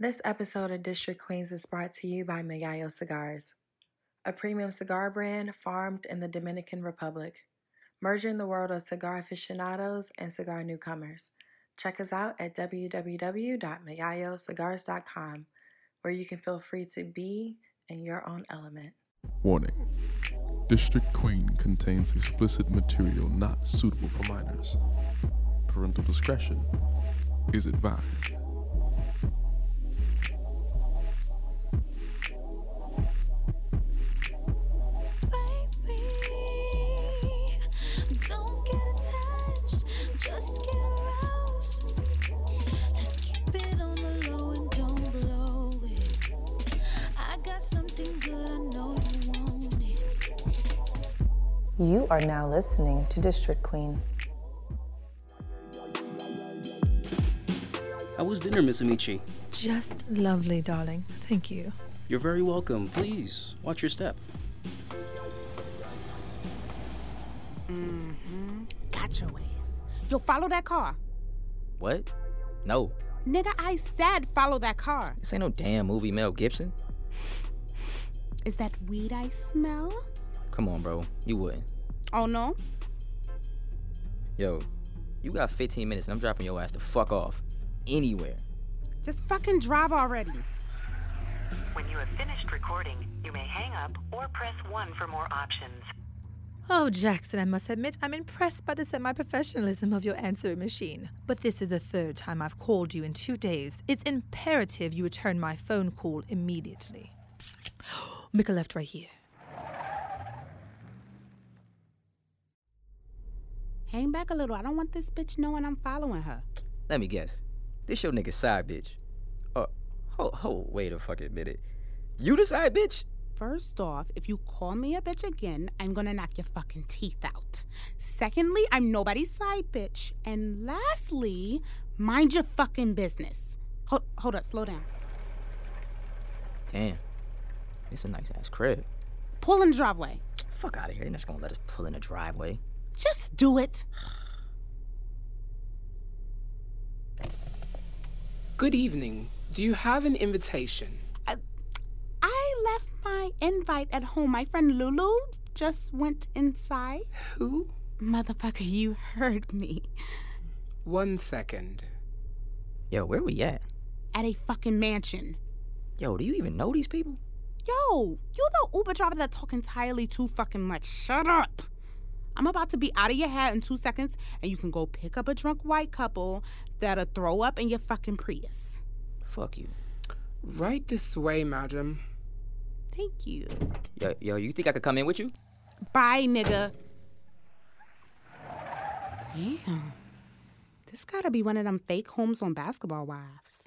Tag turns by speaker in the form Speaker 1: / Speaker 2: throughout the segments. Speaker 1: This episode of District Queens is brought to you by Miyayo Cigars, a premium cigar brand farmed in the Dominican Republic, merging the world of cigar aficionados and cigar newcomers. Check us out at www.mayayocigars.com, where you can feel free to be in your own element.
Speaker 2: Warning District Queen contains explicit material not suitable for minors. Parental discretion is advised.
Speaker 3: You are now listening to District Queen.
Speaker 4: How was dinner, Miss Amici?
Speaker 5: Just lovely, darling. Thank you.
Speaker 4: You're very welcome. Please, watch your step.
Speaker 6: Got your ass. Yo, follow that car.
Speaker 7: What? No.
Speaker 6: Nigga, I said follow that car.
Speaker 7: This ain't no damn movie, Mel Gibson.
Speaker 6: Is that weed I smell?
Speaker 7: Come on, bro. You wouldn't.
Speaker 6: Oh no.
Speaker 7: Yo, you got 15 minutes and I'm dropping your ass the fuck off. Anywhere.
Speaker 6: Just fucking drive already.
Speaker 8: When you have finished recording, you may hang up or press 1 for more options.
Speaker 5: Oh, Jackson, I must admit I'm impressed by the semi professionalism of your answering machine. But this is the third time I've called you in two days. It's imperative you return my phone call immediately. Make a left right here.
Speaker 6: Hang back a little. I don't want this bitch knowing I'm following her.
Speaker 7: Let me guess. This your nigga side bitch. Uh, hold, hold, wait a fucking minute. You the side bitch?
Speaker 6: First off, if you call me a bitch again, I'm gonna knock your fucking teeth out. Secondly, I'm nobody's side bitch. And lastly, mind your fucking business. Hold, hold up, slow down.
Speaker 7: Damn. It's a nice ass crib.
Speaker 6: Pull in the driveway.
Speaker 7: Fuck out of here. They're not gonna let us pull in the driveway.
Speaker 6: Just do it.
Speaker 9: Good evening. Do you have an invitation?
Speaker 6: I left my invite at home. My friend Lulu just went inside.
Speaker 9: Who?
Speaker 6: Motherfucker, you heard me.
Speaker 9: One second.
Speaker 7: Yo, where we at?
Speaker 6: At a fucking mansion.
Speaker 7: Yo, do you even know these people?
Speaker 6: Yo, you the Uber driver that talk entirely too fucking much. Shut up. I'm about to be out of your head in two seconds, and you can go pick up a drunk white couple that'll throw up in your fucking Prius.
Speaker 7: Fuck you.
Speaker 9: Right this way, madam.
Speaker 6: Thank you.
Speaker 7: Yo, yo, you think I could come in with you?
Speaker 6: Bye, nigga. Damn. This gotta be one of them fake homes on basketball wives.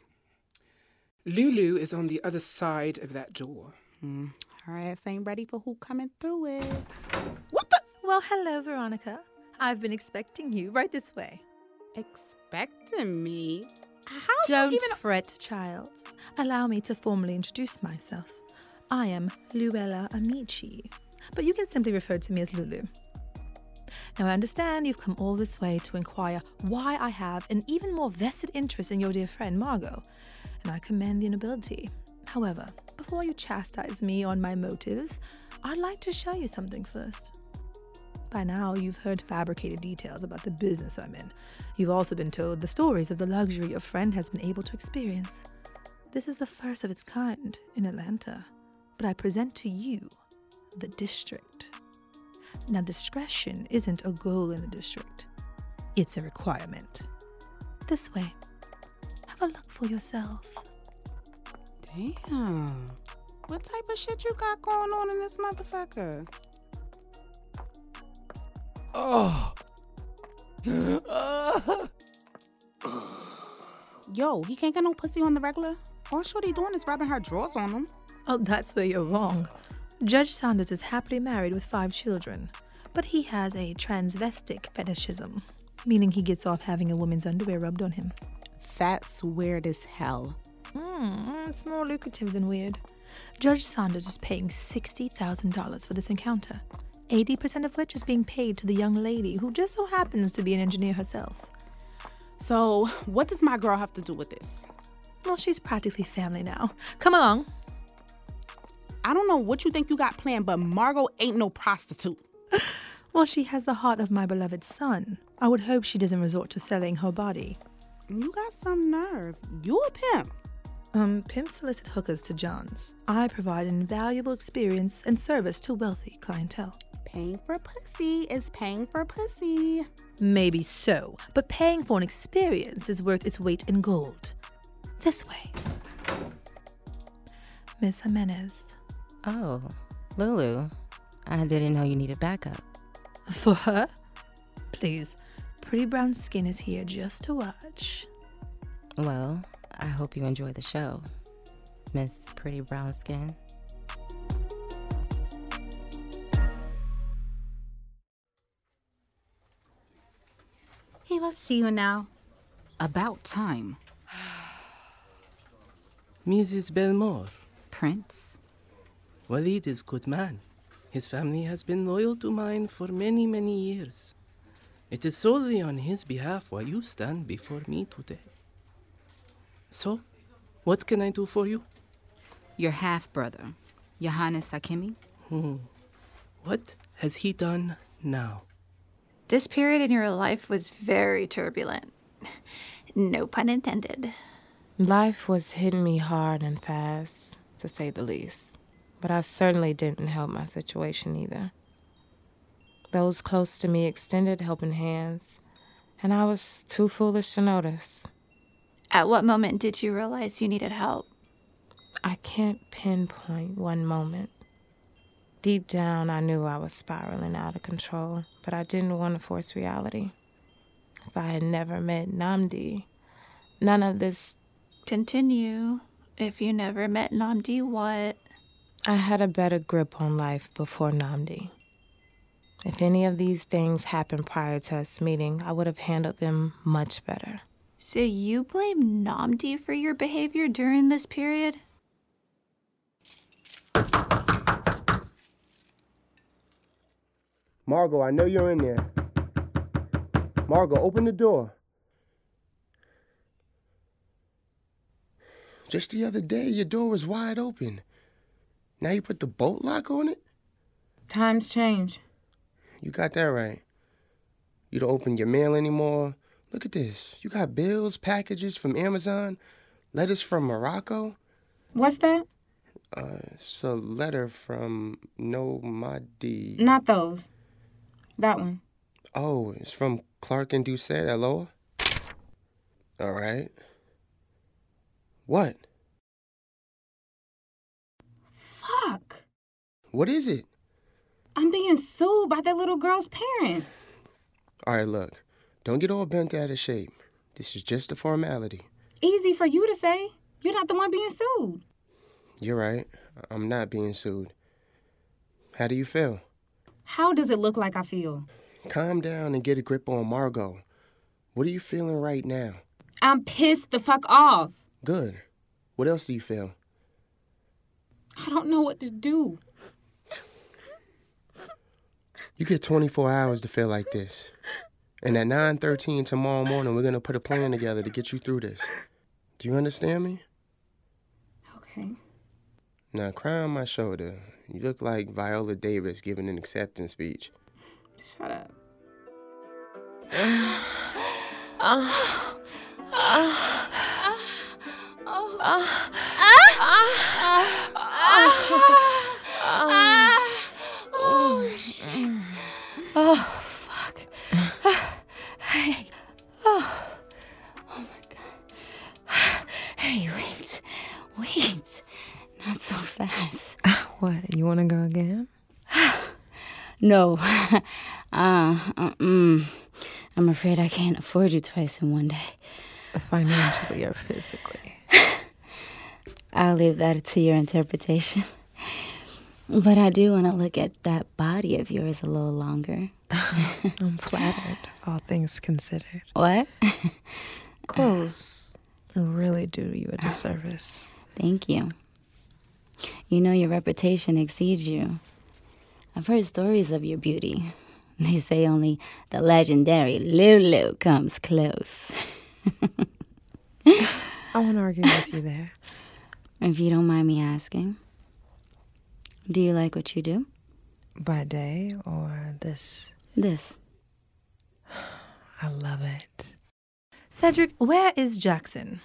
Speaker 9: Lulu is on the other side of that door.
Speaker 6: Mm. Her ass ain't ready for who coming through it.
Speaker 9: What the?
Speaker 5: Well, hello, Veronica. I've been expecting you right this way.
Speaker 6: Expecting me? How do
Speaker 5: Don't
Speaker 6: you even?
Speaker 5: fret, child. Allow me to formally introduce myself. I am Luella Amici, but you can simply refer to me as Lulu. Now, I understand you've come all this way to inquire why I have an even more vested interest in your dear friend Margot, and I commend the nobility. However, before you chastise me on my motives, I'd like to show you something first. By now, you've heard fabricated details about the business I'm in. You've also been told the stories of the luxury your friend has been able to experience. This is the first of its kind in Atlanta, but I present to you the district. Now, discretion isn't a goal in the district, it's a requirement. This way, have a look for yourself.
Speaker 6: Damn. What type of shit you got going on in this motherfucker?
Speaker 7: Oh.
Speaker 6: Yo, he can't get no pussy on the regular. All Shorty doing is rubbing her drawers on him.
Speaker 5: Oh, that's where you're wrong. Judge Sanders is happily married with five children, but he has a transvestic fetishism, meaning he gets off having a woman's underwear rubbed on him.
Speaker 6: That's weird as hell.
Speaker 5: Mm, it's more lucrative than weird. Judge Sanders is paying $60,000 for this encounter, 80% of which is being paid to the young lady who just so happens to be an engineer herself.
Speaker 6: So, what does my girl have to do with this?
Speaker 5: Well, she's practically family now. Come along.
Speaker 10: I don't know what you think you got planned, but Margot ain't no prostitute.
Speaker 5: Well, she has the heart of my beloved son. I would hope she doesn't resort to selling her body.
Speaker 10: You got some nerve. You a pimp.
Speaker 5: Um, pimps solicit hookers to Johns. I provide invaluable experience and service to wealthy clientele.
Speaker 10: Paying for pussy is paying for pussy.
Speaker 5: Maybe so, but paying for an experience is worth its weight in gold. This way. Miss Jimenez.
Speaker 11: Oh, Lulu, I didn't know you needed backup.
Speaker 5: For her? Please, pretty brown skin is here just to watch.
Speaker 11: Well, I hope you enjoy the show, Miss Pretty Brown Skin.
Speaker 12: He will see you now. About time.
Speaker 4: Mrs. Belmore,
Speaker 12: Prince,
Speaker 4: Walid is good man. His family has been loyal to mine for many, many years. It is solely on his behalf why you stand before me today. So, what can I do for you?
Speaker 12: your half brother, Johannes Akimi.
Speaker 4: Hmm. What has he done now?
Speaker 6: This period in your life was very turbulent. No pun intended.
Speaker 1: Life was hitting me hard and fast, to say the least, but I certainly didn't help my situation either. Those close to me extended helping hands, and I was too foolish to notice.
Speaker 6: At what moment did you realize you needed help?
Speaker 1: I can't pinpoint one moment. Deep down, I knew I was spiraling out of control, but I didn't want to force reality. If I had never met Namdi, none of this.
Speaker 6: Continue. If you never met Namdi, what?
Speaker 1: I had a better grip on life before Namdi. If any of these things happened prior to us meeting, I would have handled them much better.
Speaker 6: So you blame Namdi for your behavior during this period?
Speaker 13: Margot, I know you're in there. Margot, open the door.
Speaker 7: Just the other day, your door was wide open. Now you put the bolt lock on it?
Speaker 1: Times change.
Speaker 7: You got that right. You don't open your mail anymore. Look at this. You got bills, packages from Amazon, letters from Morocco.
Speaker 1: What's that?
Speaker 7: Uh, it's a letter from Nomadi.
Speaker 1: Not those. That one.
Speaker 7: Oh, it's from Clark and Doucette at Loa? All right. What?
Speaker 1: Fuck.
Speaker 7: What is it?
Speaker 1: I'm being sued by that little girl's parents.
Speaker 7: All right, look. Don't get all bent out of shape. This is just a formality.
Speaker 1: Easy for you to say. You're not the one being sued.
Speaker 7: You're right. I'm not being sued. How do you feel?
Speaker 1: How does it look like I feel?
Speaker 7: Calm down and get a grip on Margot. What are you feeling right now?
Speaker 1: I'm pissed the fuck off.
Speaker 7: Good. What else do you feel?
Speaker 1: I don't know what to do.
Speaker 7: You get 24 hours to feel like this. And at 9:13 tomorrow morning, we're going to put a plan together to get you through this. Do you understand me?
Speaker 1: Okay.
Speaker 7: Now, cry on my shoulder. You look like Viola Davis giving an acceptance speech.
Speaker 1: Shut up.
Speaker 6: Oh, shit. Oh, fuck. Hey. Oh. Oh, my God. Hey, wait. Wait. Not so fast.
Speaker 11: What? You want to go again?
Speaker 12: No. uh, mm, I'm afraid I can't afford you twice in one day.
Speaker 11: Financially or physically?
Speaker 12: I'll leave that to your interpretation. But I do want to look at that body of yours a little longer.
Speaker 11: I'm flattered, all things considered.
Speaker 12: What?
Speaker 11: Clothes really do you a disservice.
Speaker 12: Thank you. You know your reputation exceeds you. I've heard stories of your beauty. They say only the legendary Lulu comes close.
Speaker 1: I won't argue with you there.
Speaker 6: If you don't mind me asking, do you like what you do?
Speaker 1: By day or this?
Speaker 6: This.
Speaker 1: I love it.
Speaker 5: Cedric, where is Jackson?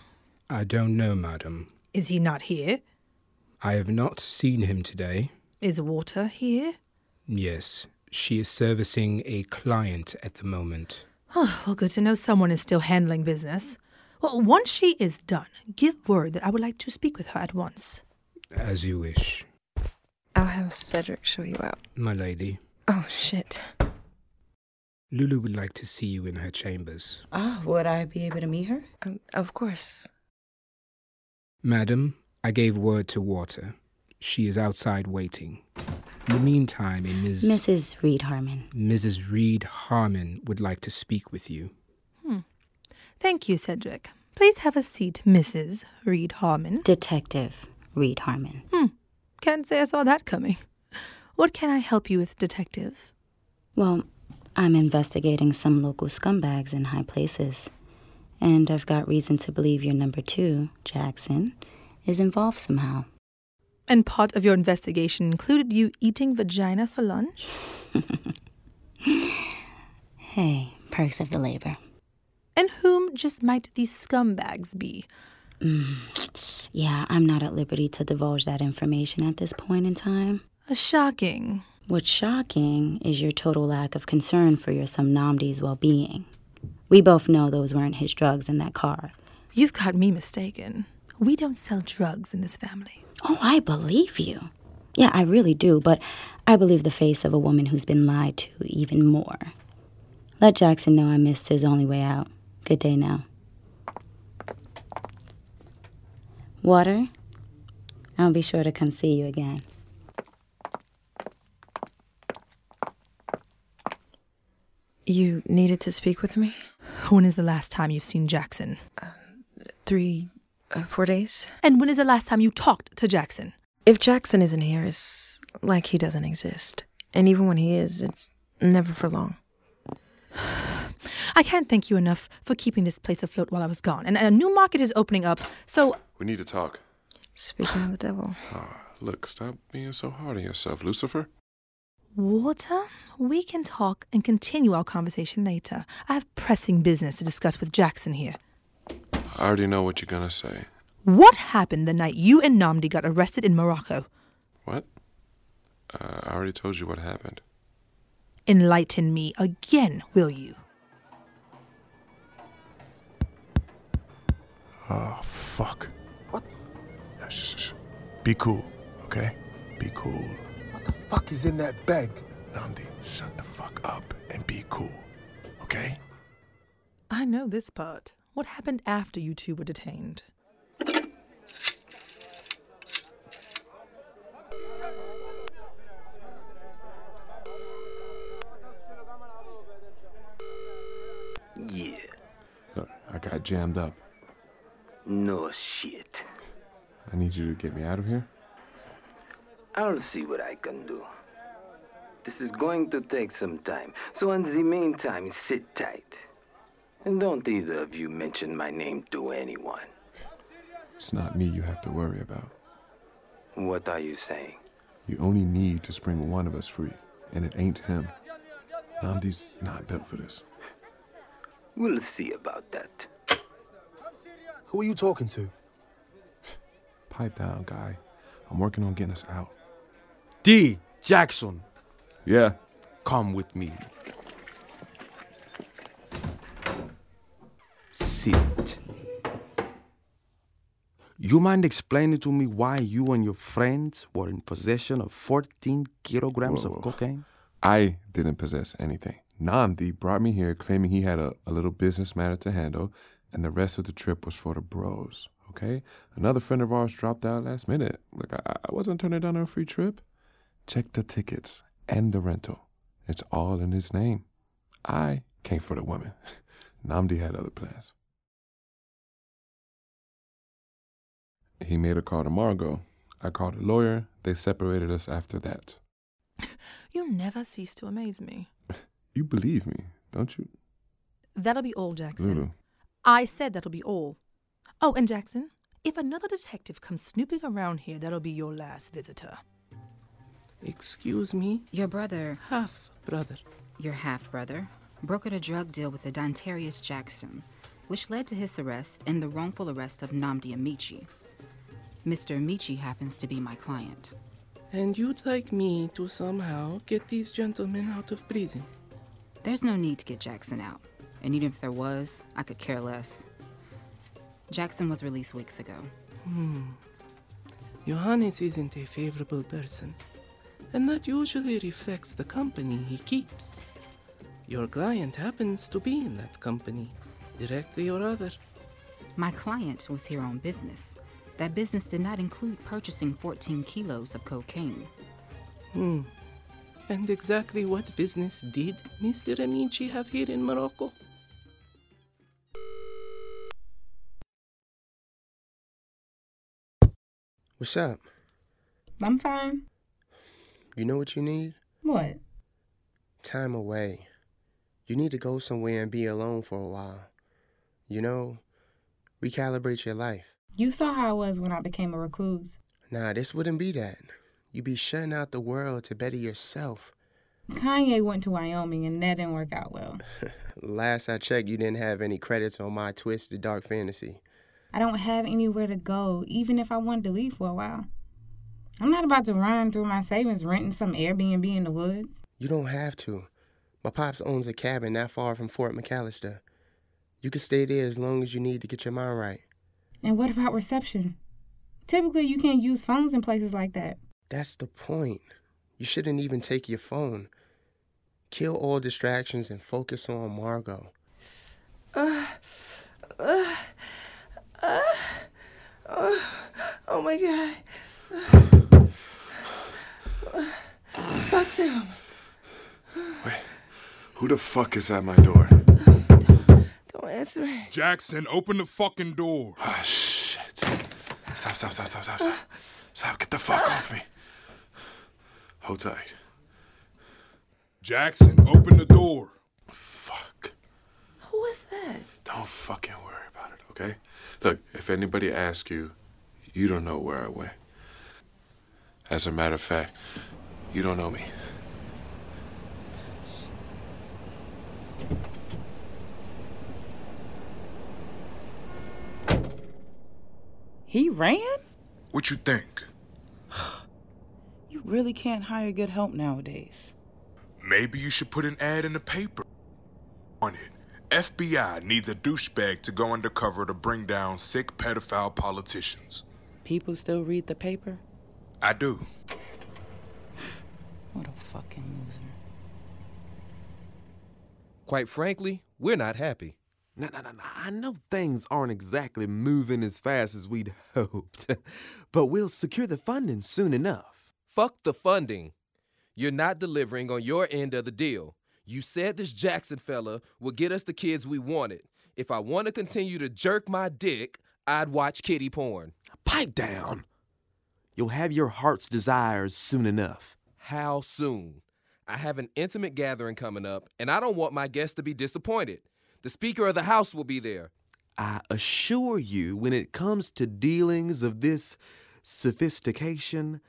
Speaker 4: I don't know, madam.
Speaker 5: Is he not here?
Speaker 4: I have not seen him today.
Speaker 5: Is Water here?
Speaker 4: Yes, she is servicing a client at the moment.
Speaker 5: Oh, well, good to know someone is still handling business. Well, once she is done, give word that I would like to speak with her at once.
Speaker 4: As you wish,
Speaker 1: I'll have Cedric show you out.
Speaker 4: my lady.
Speaker 1: Oh, shit.
Speaker 4: Lulu would like to see you in her chambers.
Speaker 14: Ah, would I be able to meet her?
Speaker 1: Um, of course.
Speaker 4: Madam, I gave word to Water. She is outside waiting. In the meantime, a Ms.
Speaker 6: Mrs. Reed Harmon.
Speaker 4: Mrs. Reed Harmon would like to speak with you.
Speaker 5: Thank you, Cedric. Please have a seat, Mrs. Reed Harmon.
Speaker 6: Detective Reed Harmon.
Speaker 5: Hmm. Can't say I saw that coming. What can I help you with, Detective?
Speaker 6: Well, I'm investigating some local scumbags in high places. And I've got reason to believe your number two, Jackson, is involved somehow.
Speaker 5: And part of your investigation included you eating vagina for lunch?
Speaker 6: Hey, perks of the labor.
Speaker 5: And whom just might these scumbags be?
Speaker 6: Mm. Yeah, I'm not at liberty to divulge that information at this point in time.
Speaker 5: A shocking.
Speaker 6: What's shocking is your total lack of concern for your somnambi's well being. We both know those weren't his drugs in that car.
Speaker 5: You've got me mistaken. We don't sell drugs in this family.
Speaker 6: Oh, I believe you. Yeah, I really do, but I believe the face of a woman who's been lied to even more. Let Jackson know I missed his only way out. Good day now. Water, I'll be sure to come see you again.
Speaker 1: You needed to speak with me?
Speaker 5: When is the last time you've seen Jackson?
Speaker 1: Three, uh, four days?
Speaker 5: And when is the last time you talked to Jackson?
Speaker 1: If Jackson isn't here, it's like he doesn't exist. And even when he is, it's never for long.
Speaker 5: I can't thank you enough for keeping this place afloat while I was gone. And a new market is opening up, so
Speaker 2: We need to talk.
Speaker 1: Speaking of the devil.
Speaker 2: Ah, look, stop being so hard on yourself, Lucifer.
Speaker 5: Water? We can talk and continue our conversation later. I have pressing business to discuss with Jackson here.
Speaker 2: I already know what you're gonna say.
Speaker 5: What happened the night you and Namdi got arrested in Morocco?
Speaker 2: What? Uh, I already told you what happened.
Speaker 5: Enlighten me again, will you?
Speaker 2: Oh, fuck. What? Shh, shh, shh. Be cool, okay? Be cool.
Speaker 15: What the fuck is in that bag?
Speaker 2: Namdi, shut the fuck up and be cool, okay?
Speaker 5: I know this part. What happened after you two were detained?
Speaker 7: Yeah,
Speaker 2: Look, I got jammed up.
Speaker 7: no shit.
Speaker 2: I need you to get me out of here.
Speaker 7: I'll see what I can do. This is going to take some time, so in the meantime, sit tight. And don't either of you mention my name to anyone.
Speaker 2: It's not me you have to worry about.
Speaker 7: What are you saying?
Speaker 2: You only need to spring one of us free, and it ain't him. Namdi's not built for this.
Speaker 7: We'll see about that.
Speaker 15: Who are you talking to?
Speaker 2: Pipe down, guy. I'm working on getting us out.
Speaker 15: D. Jackson.
Speaker 2: Yeah.
Speaker 15: Come with me. Sit. You mind explaining to me why you and your friends were in possession of 14 kilograms
Speaker 2: Whoa.
Speaker 15: of cocaine?
Speaker 2: I didn't possess anything. Namdi brought me here claiming he had a, a little business matter to handle, and the rest of the trip was for the bros. Okay? Another friend of ours dropped out last minute. Look, I, I wasn't turning down a free trip. Check the tickets and the rental. It's all in his name. I came for the woman. Namdi had other plans. He made a call to Margot. I called a lawyer. They separated us after that.
Speaker 5: You never cease to amaze me.
Speaker 2: You believe me, don't you?
Speaker 5: That'll be all, Jackson.
Speaker 2: Lulu.
Speaker 5: I said that'll be all. Oh, and Jackson, if another detective comes snooping around here, that'll be your last visitor.
Speaker 4: Excuse me?
Speaker 6: Your brother.
Speaker 4: Half brother.
Speaker 6: Your half brother brokered a drug deal with the Dontarius Jackson, which led to his arrest and the wrongful arrest of Namdi Amici. Mr. Amici happens to be my client.
Speaker 4: And you'd like me to somehow get these gentlemen out of prison?
Speaker 6: There's no need to get Jackson out. And even if there was, I could care less. Jackson was released weeks ago.
Speaker 4: Hmm. Johannes isn't a favorable person, and that usually reflects the company he keeps. Your client happens to be in that company, directly or other.
Speaker 6: My client was here on business. That business did not include purchasing 14 kilos of cocaine.
Speaker 4: Hmm. And exactly what business did Mr. Amici have here in Morocco?
Speaker 7: What's up?
Speaker 16: I'm fine.
Speaker 7: You know what you need?
Speaker 16: What?
Speaker 7: Time away. You need to go somewhere and be alone for a while. You know, recalibrate your life.
Speaker 16: You saw how I was when I became a recluse.
Speaker 7: Nah, this wouldn't be that. You'd be shutting out the world to better yourself.
Speaker 16: Kanye went to Wyoming and that didn't work out well.
Speaker 7: Last I checked, you didn't have any credits on my Twisted Dark Fantasy.
Speaker 16: I don't have anywhere to go, even if I wanted to leave for a while. I'm not about to run through my savings renting some Airbnb in the woods.
Speaker 7: You don't have to. My pops owns a cabin not far from Fort McAllister. You can stay there as long as you need to get your mind right.
Speaker 16: And what about reception? Typically, you can't use phones in places like that.
Speaker 7: That's the point. You shouldn't even take your phone. Kill all distractions and focus on Margot.
Speaker 17: Uh, uh. Uh, oh, oh my god. Uh, fuck them.
Speaker 2: Wait, who the fuck is at my door?
Speaker 17: Don't answer it.
Speaker 8: Jackson, open the fucking door.
Speaker 2: Ah, shit. Stop, stop, stop, stop, stop, stop. Stop, get the fuck off me. Hold tight.
Speaker 8: Jackson, open the door.
Speaker 2: Fuck.
Speaker 17: Who is that?
Speaker 2: Don't fucking worry about it, okay? Look, if anybody asks you, you don't know where I went. As a matter of fact, you don't know me.
Speaker 3: He ran?
Speaker 8: What you think?
Speaker 3: You really can't hire good help nowadays.
Speaker 8: Maybe you should put an ad in the paper on it. FBI needs a douchebag to go undercover to bring down sick pedophile politicians.
Speaker 3: People still read the paper?
Speaker 8: I do.
Speaker 3: What a fucking loser.
Speaker 18: Quite frankly, we're not happy.
Speaker 19: No, no, no, no. I know things aren't exactly moving as fast as we'd hoped, but we'll secure the funding soon enough.
Speaker 18: Fuck the funding. You're not delivering on your end of the deal. You said this Jackson fella would get us the kids we wanted. If I want to continue to jerk my dick, I'd watch kitty porn.
Speaker 19: Pipe down. You'll have your heart's desires soon enough.
Speaker 18: How soon? I have an intimate gathering coming up, and I don't want my guests to be disappointed. The Speaker of the House will be there.
Speaker 19: I assure you, when it comes to dealings of this sophistication,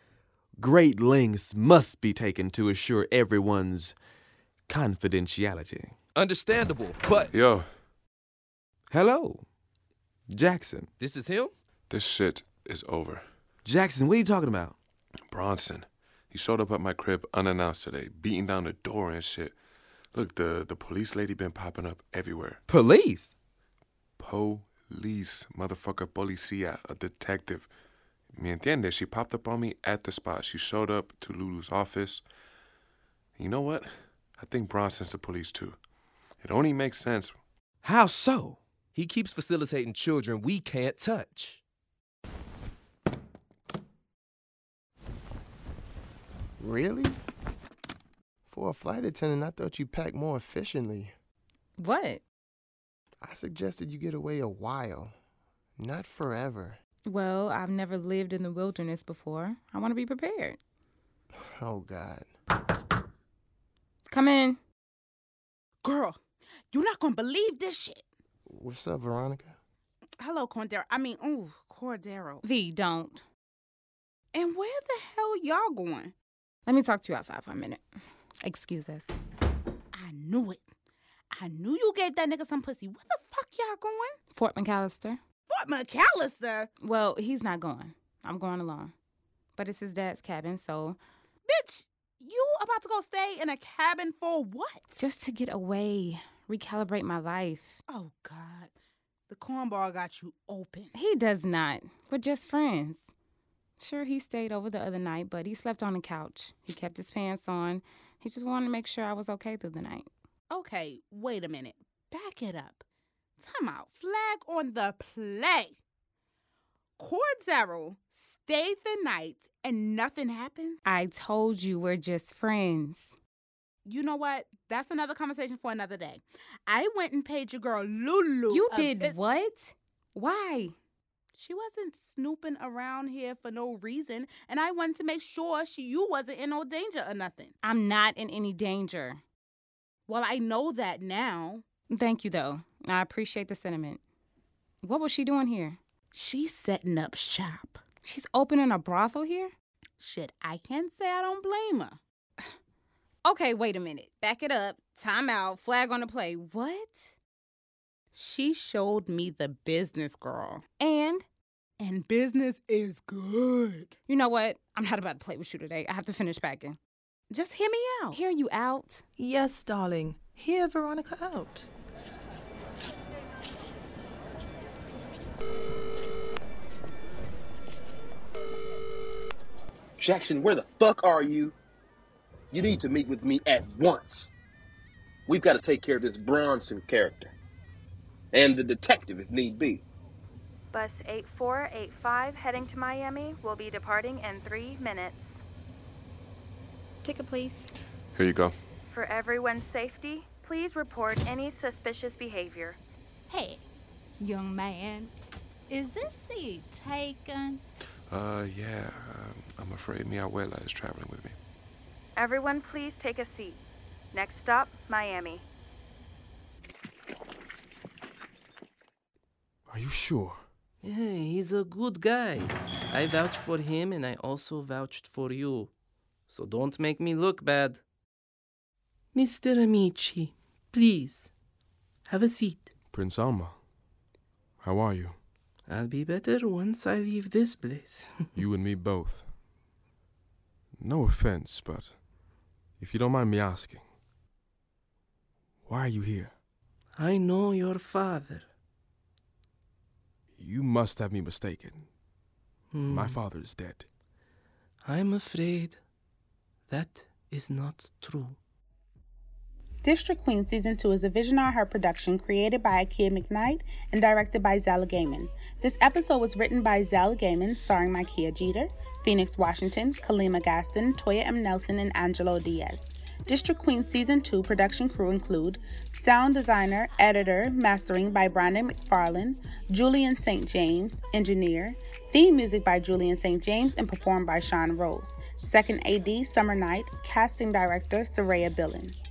Speaker 19: great lengths must be taken to assure everyone's confidentiality.
Speaker 18: Understandable, but.
Speaker 2: Yo.
Speaker 19: Hello. Jackson.
Speaker 18: This is him?
Speaker 2: This shit is over.
Speaker 19: Jackson, what are you talking about?
Speaker 2: Bronson. He showed up at my crib unannounced today, beating down the door and shit. Look, the, the police lady been popping up everywhere.
Speaker 19: Police?
Speaker 2: Police, motherfucker, policia, a detective. Me entiende? She popped up on me at the spot. She showed up to Lulu's office. You know what? I think Bronson's the police too. It only makes sense.
Speaker 19: How so?
Speaker 18: He keeps facilitating children we can't touch.
Speaker 7: Really? For a flight attendant, I thought you packed more efficiently.
Speaker 16: What?
Speaker 7: I suggested you get away a while, not forever.
Speaker 16: Well, I've never lived in the wilderness before. I want to be prepared.
Speaker 7: Oh, God.
Speaker 16: Come in.
Speaker 20: Girl, you're not gonna believe this shit.
Speaker 7: What's up, Veronica?
Speaker 3: Hello, Cordero. I mean, ooh, Cordero.
Speaker 6: V, don't.
Speaker 3: And where the hell y'all going?
Speaker 6: Let me talk to you outside for a minute. Excuse us.
Speaker 3: I knew it. I knew you gave that nigga some pussy. Where the fuck y'all going?
Speaker 6: Fort McAllister.
Speaker 3: Fort McAllister?
Speaker 6: Well, he's not going. I'm going alone. But it's his dad's cabin, so.
Speaker 3: Bitch, you about to go stay in a cabin for what?
Speaker 6: Just to get away, recalibrate my life.
Speaker 3: Oh, God. The cornball got you open.
Speaker 6: He does not. We're just friends. Sure, he stayed over the other night, but he slept on the couch. He kept his pants on. He just wanted to make sure I was okay through the night.
Speaker 3: Okay, wait a minute. Back it up. Time out. Flag on the play. Cordero stayed the night and nothing happened?
Speaker 6: I told you we're just friends.
Speaker 3: You know what? That's another conversation for another day. I went and paid your girl Lulu.
Speaker 6: You did bis- what? Why?
Speaker 3: She wasn't snooping around here for no reason, and I wanted to make sure she you wasn't in no danger or nothing.
Speaker 6: I'm not in any danger.
Speaker 3: Well, I know that now.
Speaker 6: Thank you though. I appreciate the sentiment. What was she doing here?
Speaker 3: She's setting up shop.
Speaker 6: She's opening a brothel here?
Speaker 3: Shit, I can't say I don't blame her.
Speaker 6: okay, wait a minute. Back it up. Time out. Flag on the play. What?
Speaker 3: She showed me the business, girl.
Speaker 6: And?
Speaker 3: And business is good.
Speaker 6: You know what? I'm not about to play with you today. I have to finish packing.
Speaker 3: Just hear me out.
Speaker 6: Hear you out?
Speaker 5: Yes, darling. Hear Veronica out.
Speaker 7: Jackson, where the fuck are you? You need to meet with me at once. We've got to take care of this Bronson character. And the detective, if need be.
Speaker 21: Bus 8485 heading to Miami will be departing in three minutes.
Speaker 22: Ticket, please.
Speaker 23: Here you go.
Speaker 21: For everyone's safety, please report any suspicious behavior.
Speaker 22: Hey, young man, is this seat taken?
Speaker 23: Uh, yeah, um, I'm afraid Mi Abuela is traveling with me.
Speaker 21: Everyone, please take a seat. Next stop, Miami.
Speaker 2: Are you sure?
Speaker 8: Yeah, he's a good guy. I vouched for him and I also vouched for you. So don't make me look bad. Mr. Amici, please, have a seat.
Speaker 2: Prince Alma, how are you?
Speaker 8: I'll be better once I leave this place.
Speaker 2: you and me both. No offense, but if you don't mind me asking, why are you here?
Speaker 8: I know your father.
Speaker 2: You must have me mistaken. Hmm.
Speaker 23: Mm.
Speaker 2: My father is dead.
Speaker 8: I'm afraid that is not true.
Speaker 3: District Queen Season 2 is a Visionar Her production created by Ikea McKnight and directed by Zala Gaiman. This episode was written by Zala Gaiman, starring Ikea Jeter, Phoenix Washington, Kalima Gaston, Toya M. Nelson, and Angelo Diaz. District Queen Season 2 production crew include sound designer, editor, mastering by Brandon McFarland, Julian St. James, engineer, theme music by Julian St. James and performed by Sean Rose, second AD Summer Night, casting director Soraya Billen.